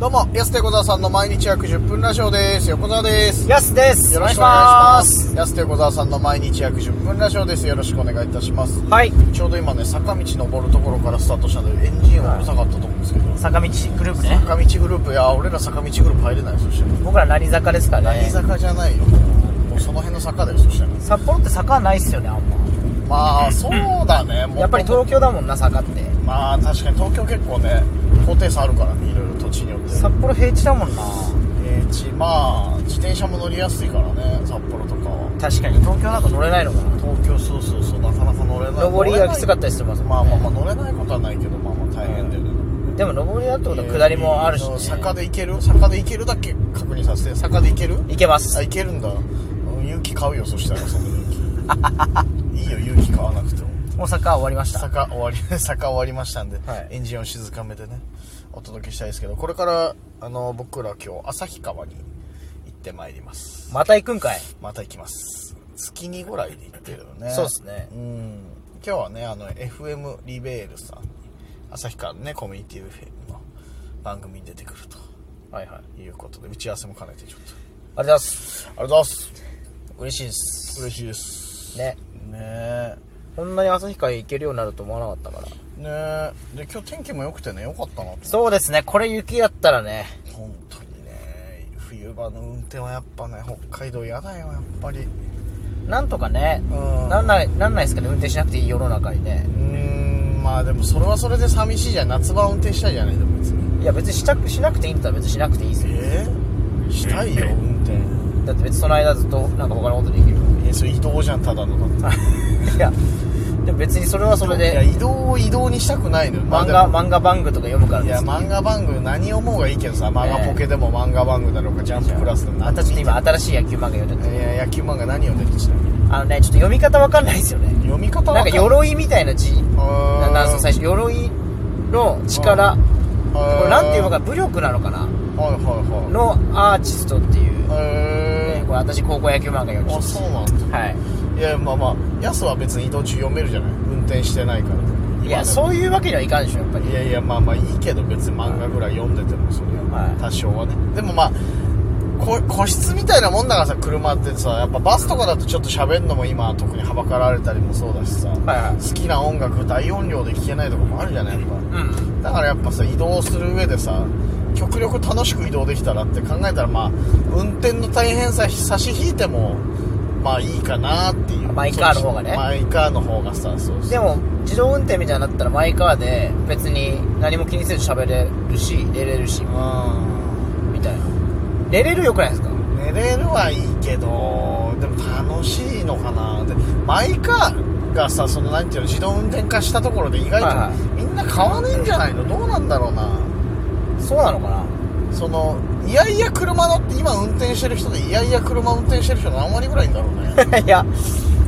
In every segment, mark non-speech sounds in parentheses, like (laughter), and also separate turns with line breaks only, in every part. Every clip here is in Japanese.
どうも、安手小沢さんの毎日約10分ラジオです。横澤です。
やすです
よろしくお願いします。安手小沢さんの毎日約10分ラジオです。よろしくお願いいたします。
はい
ちょうど今ね、坂道登るところからスタートしたので、エンジンはうるさかったと思うんですけど、
坂道グループね
坂道グループ、いや、俺ら坂道グループ入れないよそしたら。
僕ら何坂ですか
何
ね
坂じゃないよ。もうその辺の坂だよ、そしたら。
札幌って坂ないっすよねあんま
まあ、そうだね。もう
(laughs) やっぱり東京だもんな坂って
まあ、確かに東京結構ね、高低差あるからね、いろいろ土地によって。
札幌平地だもんな
平地、まあ、自転車も乗りやすいからね、札幌とかは。
確かに東京なんか乗れないのかな
東京そうそうそうなかなか乗れない
上りがきつかったりしてますもんね
まあまあまあ乗れないことはないけどまあまあ大変だよね、
でも上りだってことは下りもあるし、ね、
坂で行ける坂で行けるだけ確認させて坂で行ける
行けま
あ
す
行けるんだうん勇気買うよそしたらその勇
(laughs)
気いいよ勇気買わなくても
もう坂は終わりました
坂終わり (laughs) 坂終わりましたんで、
はい
エンジンを静かめでねお届けしたいですけどこれからあの僕ら今日旭川に行ってまいります
また行くんかい
また行きます月にぐらいで行ってるよね
そうっすね
うん今日はねあの FM リベールさん旭川のねコミュニティ FM の番組に出てくる
はいはいあり
とい
がとう
うことで打ち合わせも兼ねてちょっと
ございます
ありがとうございます
嬉しいです
嬉しいです
ね
ねえ
こんなに旭川行けるようになると思わなかったから
ねえで今日天気も良くてね良かったなと
そうですねこれ雪だったらね
本当にね冬場の運転はやっぱね北海道嫌だよやっぱり
なんとかね、
うん
なんないなんないですかね運転しなくていい世の中にね
うーんまあでもそれはそれで寂しいじゃん夏場運転したいじゃないでも別に
いや別にしたくしなくていいんだったら別にしなくていいですよ
えー、したいよ運転
だって別にその間ずっとなんか他のことでき
(laughs)
るか
いやそれ移動じゃんただのだっ
らいやでも別にそれはそれ
ていや
で
移動を移動にしたくないのよ
漫
まあ
画
でも
漫画番組とか読むから
いや
です
漫画番組何思うがいいけどさ漫画ポケでも漫画番組だろうかジャンププラスでも何でも
私って今新しい野球漫画読んでて
いや野球漫画何読んでるっつったの
あのねちょっと読み方わかんないで
(laughs)
すよね
読み方
なんか
い
鎧みたいな字ななんですか最
初
初鎧の力
こ
これなんていうの
か
か武力なのかな
はいはいは
のアーティストっていう、
いへ
ね
え
これ私高校野球漫画読んで
あ
ます
そうなんだ
はい
いやまあまあやすは別に移動中読めるじゃない運転してないから
いや、
う
そういうわけにはいかんでしょ、やっぱり。
いやいやまあまあいいけど別に漫画ぐらい読んでてもそれは、
はい
多少はねでもまあこ個室みたいなもんだからさ車ってさやっぱバスとかだとちょっと喋るのも今特にはばかられたりもそうだしさ、
はいはい
好きな音楽大音量で聴けないとこもあるじゃないやっぱ
うん。
だからやっぱさ移動する上でさ極力楽しく移動できたらって考えたらまあ運転の大変さ差し引いてもまあいいかなっていう
マイカーの方がね
マイカーの方がさそうそう
でも、自動運転みたいになったらマイカーで、別に何も気にせず喋れるし、寝れるし、
うん
みたいな。寝れるよくないですか
寝れるはいいけどでも楽しいのかなでマイカーがさそのなんていうの自動運転化したところで意
はいは
外とみんな買わねえんじゃないのどうなんだろうな
そうなのかな
そのいやいや車乗って今運転してる人でいやいや車運転してる人何割ぐらいいんだろう
(laughs)
ね
いや、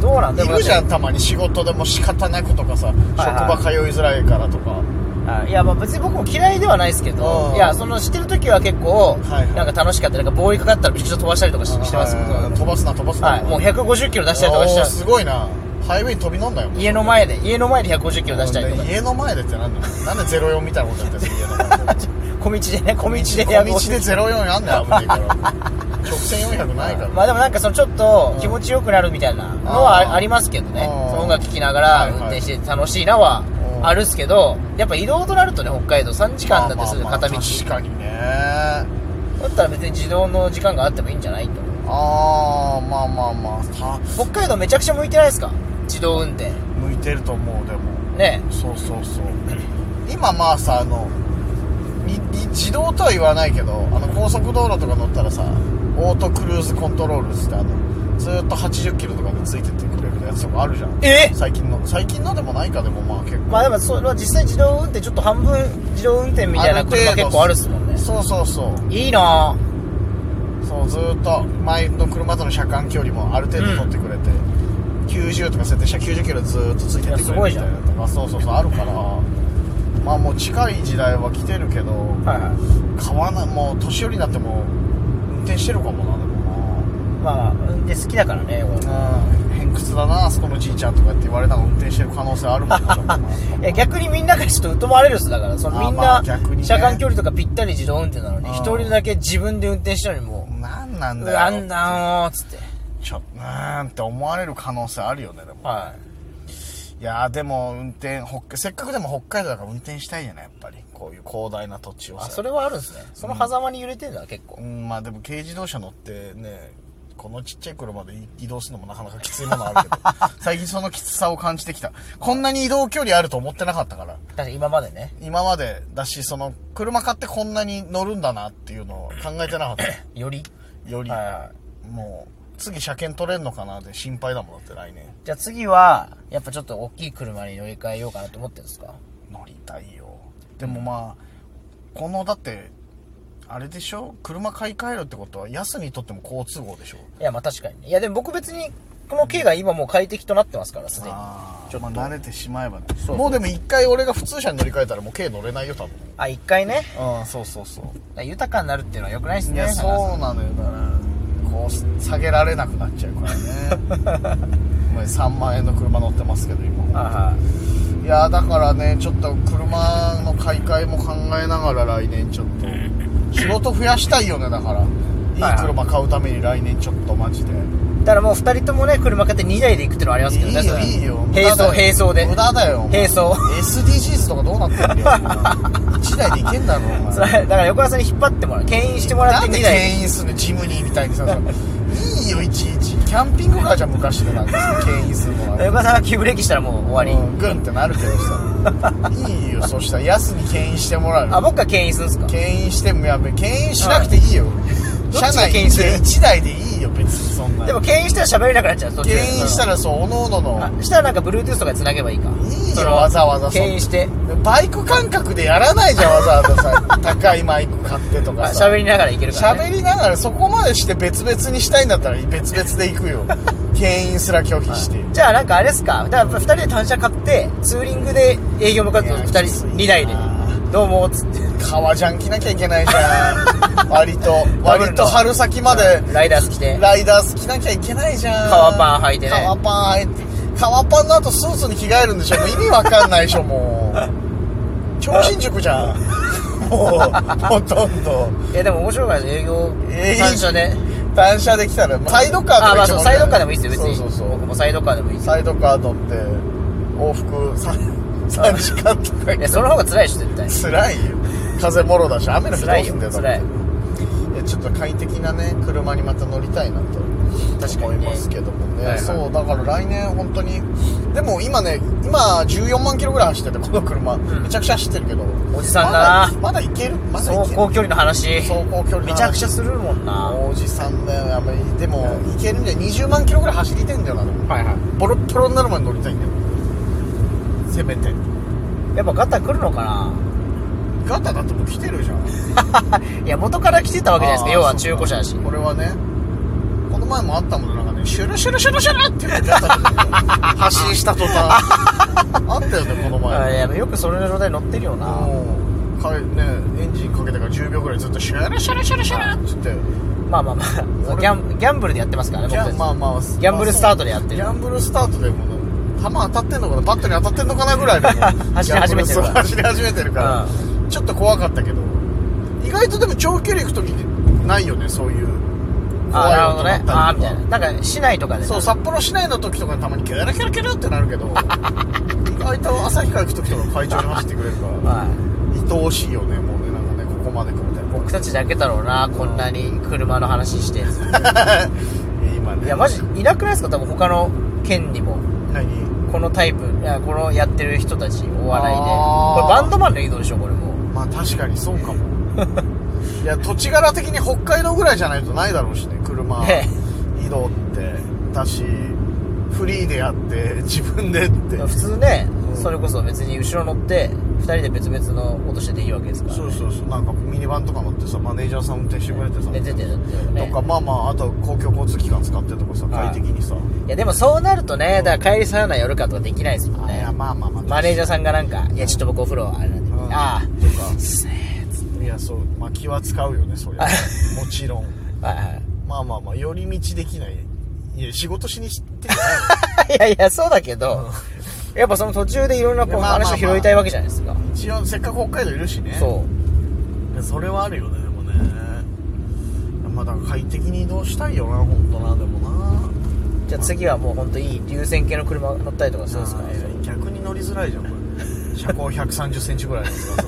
どうな
い
ん
るじゃ
ん
んたまに仕事でも仕方なくとかさ、
はい
職場通いづらいからとか
いや、まあ別に僕も嫌いではないですけ
う
ど
ん、
いや、その、してる時は結構
はいはい、
なんか楽しかったり。なんか棒にかかったらビシッと飛ばしたりとかししてますけ
はいはいはい飛
ど、
ばすな飛ばすな、
はい、もう150キロ出したりとかし
おー
た
すごいなハイウェイ飛び乗んなよもう
家の前で、家の前で150キロ出したりとか、
家の前でってなんだよなんで04みたいなことやってる家の前で
小道でね、小道で
小道で04やんねん危ねえから直線400ない
(laughs)
から、
まあでもなんかそのちょっと気持ちよくなるみたいなのはあありますけどね
あー
その音楽聴きな
は
がら
いは
運
い
転して楽しいな
う
は
ん
あるっすけどやっぱ移動となるとね北海道3時間だってする
まあまあま
片
あ
道
確
だ
かにね
ったら別に自動の時間があってもいいんじゃないと
ああまあまあまあた
北海道めちゃくちゃ向いてないですか自動運転
向いてると思うでも
ね
そうそう
(clears throat)
そう今まあさあのにに自動とは言わないけどあの高速道路とか乗ったらさオートクルーズコントロールってあのずーっと80キロとかでついてってくれるやつとかあるじゃん
え
最近の最近のでもないかでもまあ結構
まあでもそれは実際自動運転ちょっと半分自動運転みたいな車結構あるっすもんね
そうそうそう
いいなぁ
そうずーっと前の車との車間距離もある程度取ってくれて、90とか設定したら90キロずーっとついてってくれるみたいなとかそうそうそうあるからまあもう近い時代は来てるけど
はいはい
買わないもう年寄りになっても運転してるかもなでも
まあ運転好きだからね俺
なうん偏偏屈だなあそこのじいちゃんとかって言われながら運転してる可能性あるもんなちょっとない
や逆にみんながちょっと疎まれるっすだからその
あー
みん
ま
な
あ逆にね
車間距離とかぴったり自動運転なのに
うん
一人だけ自分で運転したのにも
(laughs) なんなん
う「う
だよ
わんなんー」っつって
ちょっとなんって思われる可能性あるよねでも
はい
やーでも運転北せっかくでも北海道だから運転したいじゃないやっぱりこういう広大な土地
い
を
あ
さ
それはあるんですねその狭間に揺れてんだ結構
うんまあでも軽自動車乗ってねこのちっちゃい車で移動するのもなかなかきついものあ
(laughs)
るけど最近そのきつさを感じてきたこんなに移動距離あると思ってなかったから
確かに今までね
今までだしその車買ってこんなに乗るんだなっていうのを考えてなかった
より
より
はいは
もう次車検取れんのかなって心配だもんだって来年
じゃあ次はやっぱちょっと大きい車に乗り換えようかなと思ってるんですか
乗りたいよでもまあこのだってあれでしょ車買い替えるってことは安にとっても好都合でしょ
いやまあ確かにねいやでも僕別にこの軽が今もう快適となってますからすでに
あ
ちょっと
まあ慣れてしまえばね
そう
もうでも一回俺が普通車に乗り換えたらもう軽乗れないよ多分
あ一回ね
うんそうそうそう
豊かになるっていうのは良くないです
い
ね
や
花さん
そうなのよだからこう下げられなくなっちゃうからね
(laughs)
まあ3万円の車乗ってますけど今
あ
いやだからねちょっと車の買い替えも考えながら来年ちょっと仕事増やしたいよねだからいい車買うために来年ちょっとマジで
ーだからもう二人ともね車買って2台で行くっていうのはありますけど
い
ね
い
そ
よ
れ
いいよ
並走並走で
無駄だよ
並走 (laughs)
SDGs とかどうなってんだよ1台でいけんだろお前
それだから横田さんに引っ張ってもらう牽引してもらっ
な
て
ん
2
で
台
牽引するのジムニーみたいにさいいよいちいちキャンピングカーじゃん昔のなんか牽引するの
(laughs) 横
は
田さんが急ブレーキしたらもう終わ
うんグンってなるけどさいいよそしたらヤスに牽引してもらう
りあ
よ
僕が牽引するんですか
牽引してもやべ牽引しなくていいよ
い
車
どっちが
内
牽引する
1台でいいよ別にそんな
でも牽引したら喋れなくなっちゃうそっち
牽引した
ら
らそうおのおのの
したらなんか Bluetooth とかに繋げばいいか
いいよ
その
わざわざそんな
牽引して
バイク感覚でやらないじゃんわざわざさ (laughs) 高いマイク買ってと
あ
かさ
喋りながら行けるから、ね、
喋りながらそこまでして別々にしたいんだったら別々で行く
(laughs)
よ牽引すら拒否して
じゃあなんかあれですかだからやっぱ2人で単車買ってツーリングで営業向かうと2
いやきつい
人
な
2台でどうもっつって
革ジャン着なきゃいけないじゃん割と割と春先まで
ライダース着て
ライダース着なきゃいけないじゃん
革パン履いてね
革パン履いて革パンの後スーツに着替えるんでしょもう意味わかんないでしょもう超新塾じゃんもうほとんど
いやでも面白くないです営業
営業
(laughs) 単車で
単車で来たらサイドカーと
あ
か
まあ
一
そう
番
サイドカーでもいいですよ別
そう
に
そうそう
僕もサイドカーでもいいですよ
サイドカー乗って往復 (laughs) 3, 時間とか
いやその方が辛いでしょ絶対
辛いよ風もろだし雨の日ど
辛
う
い
す
よ
んだよ
辛い
いやちょっと快適なね車にまた乗りたいなと
確か
思い
にね
ますけどもね
はいはい
そうだから来年本当にでも今ね今14万キロぐらい走っててこの車、
ん
めちゃくちゃ走ってるけど
おじさんだな
まだまだいけるまだい
走
ける
行距離の話
走行距離
めちゃくち
ゃ
ゃするもんなは
おじさんだよやっぱりでも、いけるんだよ20万キロぐらい走りてんだよなでも
いは
ボロッボロになるまで乗りたいんだよせめて
いやっぱガタ来るのかな
ガタだってもう来てるじゃん
いや元から来てたわけじゃないですか
あー
要は中古車だし
これはねこの前もあったもんねなんかねシュルシュルシュルシュルって言ってガタが出て
(laughs)
発進した途端あったよねこの
あ
前
いやよくそれの状態乗ってるよな
もうかえねエンジンかけてから10秒ぐらいずっとシュルシュルシュルシュルって言って
まあまあまあギャンギャンブルでやってますからね
ギ
僕た
ャ
ち
ンまあまあギ
ャンブルスタートでやってる
ギャンブルスタートでもう弾当たってんのかなバットに当たってんのかなぐらいの
(laughs) 走り始めて
ギャンブルスタ
るから
ート走り始めてるから、ちょっと怖かったけど意外とでも長距離行く時にないよねそういう
あ
怖い
なる
音
ほど
だった
ね
りとか
ああみたいななんか市内とかで
そう札幌市内の時とかにたまにキャラキャラキャラってなるけど意外と旭川行く時とか会長に走ってくれるから
はい
愛おしいよねもうねなんかねここまで来るみたいな
僕たちだけだろうなこんなに車の話して
今ね
(laughs) いやマジいなくないですか多分他の県にも
何
このタイプいやこのやってる人たちお笑いで
あー
これバンドマンの移動でしょこれも
まあ確かにそうかもいや土地柄的に北海道ぐらいじゃないとないだろうしね車
ね
移動ってだしフリーでやって自分でって
普通ね
ん
それこそ別に後ろ乗って2人で別々のことしてていいわけですから
そうそうそうなんかミニバンとか乗ってさマネージャーさん運転してくれてさ
寝ててだってね
とかまあまああとは公共交通機関使ってとかさ快適にさ、
いやでもそうなるとねだから帰りサウナ寄るかとかできないですもん
あい
ね
やまあまあまあ
マネージャーさんがなんか「いやちょっと僕お風呂あれなんで」
うん
あ
とか
あすね
いやそうまあ気は使うよねそりゃもちろん
はいはい (laughs)
まあまあまあ寄り道できないいや仕事しに行ってん
いやいや、そうだけど、やっぱその途中でいろんな
い
こう
やまあまあ
話を拾いたいわけじゃないですか。
じゃん一応せっかく北海道いるしね
そ
いやそれはあるよねでもねまあだから快適に移動したいよな本当なでもな
う。じゃあ次はもう本当いい流線系の車乗ったりとかするんですかね。
あー逆に乗りづらいじゃんこれ車高1 3 0ンチぐらいのさ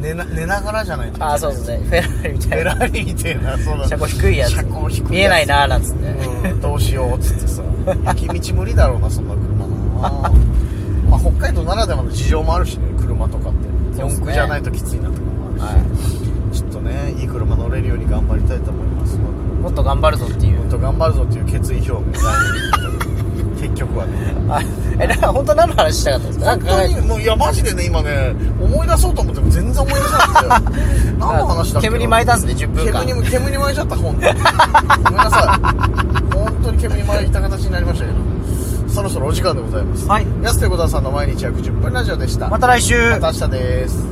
寝な寝ながらじゃないと
ああ、そうですね。フェラーリみ
フ
た
ェ
いな。
ラーリみたいなそうだ
車高低いやつ。
車高低いやつ
見えないなーなんつって。
うんどうしようっつってさ雪道無理だろうなそんな車なまあ北海道ならではの事情もあるしね車とかって
そうっすね
四駆じゃないときついなとかもあるし、
は
ちょっとねいい車乗れるように頑張りたいと思います
い。もっと頑張るぞっていう
本。当頑張るぞっていう決意表
(laughs)
明結局はね
あえ、な本当何の話したかったんですかなん
本
か
当
考え
にもういやマジでね今ね思い出そうと思っても全然思い出せないんです
(laughs)
よ何の話だっけな
煙に巻いたんですね、10分間。
煙に煙に巻いちゃった本当にごめんなさい本当に煙に巻いた形になりましたけどそろそろお時間でございます
はい
安手小沢さんの毎日約10分ラジオでした
また来週
また明日です